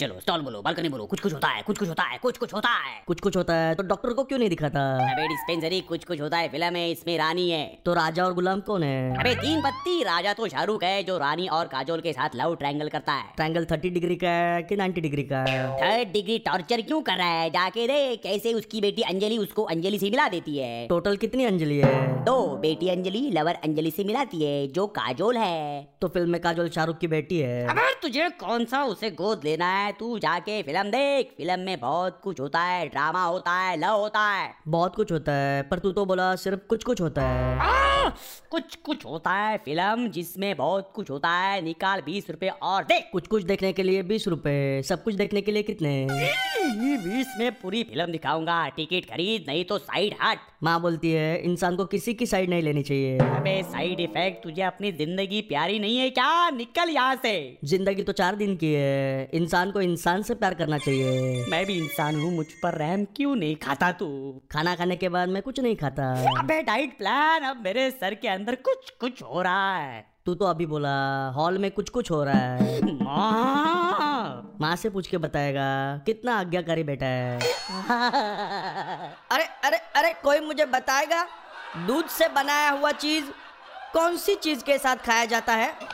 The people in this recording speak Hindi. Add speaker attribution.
Speaker 1: चलो स्टॉल बोलो बालकनी बोलो कुछ कुछ होता है कुछ कुछ होता है कुछ कुछ होता है
Speaker 2: कुछ कुछ होता है तो डॉक्टर को क्यों नहीं दिखाता
Speaker 1: अबे डिस्पेंसरी कुछ कुछ होता है फिल्म है इसमें रानी है
Speaker 2: तो राजा और गुलाम कौन है
Speaker 1: अबे तीन पत्ती राजा तो शाहरुख है जो रानी और काजोल के साथ लव ट्रायंगल करता है
Speaker 2: ट्रायंगल थर्टी डिग्री का है कि नाइन्टी डिग्री का है
Speaker 1: थर्ड डिग्री टॉर्चर क्यों कर रहा है जाके दे कैसे उसकी बेटी अंजलि उसको अंजलि से मिला देती है
Speaker 2: टोटल कितनी अंजलि है
Speaker 1: दो बेटी अंजलि लवर अंजलि से मिलाती है जो काजोल है
Speaker 2: तो फिल्म में काजोल शाहरुख की बेटी है
Speaker 1: अबे तुझे कौन सा उसे गोद लेना है तू जाके फिल्म देख फिल्म में बहुत कुछ होता है ड्रामा होता है लव होता है
Speaker 2: बहुत कुछ होता है पर तू तो बोला सिर्फ कुछ कुछ होता है
Speaker 1: आ, हाँ, कुछ कुछ होता है फिल्म जिसमें बहुत कुछ होता है निकाल बीस रुपए और देख
Speaker 2: कुछ कुछ देखने के लिए बीस रुपए सब कुछ देखने के लिए कितने
Speaker 1: हम्म, बीस में पूरी फिल्म दिखाऊंगा टिकट खरीद नहीं तो साइड हट
Speaker 2: माँ बोलती है इंसान को किसी की साइड नहीं लेनी चाहिए
Speaker 1: अबे साइड इफेक्ट तुझे अपनी जिंदगी प्यारी नहीं है क्या निकल यहाँ से
Speaker 2: जिंदगी तो चार दिन की है इंसान को इंसान से प्यार करना चाहिए
Speaker 1: मैं भी इंसान हूँ मुझ पर रहम क्यों नहीं खाता तू
Speaker 2: खाना खाने के बाद मैं कुछ नहीं खाता
Speaker 1: अबे डाइट प्लान अब मेरे सर के अंदर कुछ कुछ हो रहा है
Speaker 2: तू तो अभी बोला हॉल में कुछ कुछ हो रहा है
Speaker 1: माँ
Speaker 2: माँ से पूछ के बताएगा कितना आज्ञाकारी बेटा है
Speaker 3: अरे अरे अरे कोई मुझे बताएगा दूध से बनाया हुआ चीज कौन सी चीज के साथ खाया जाता है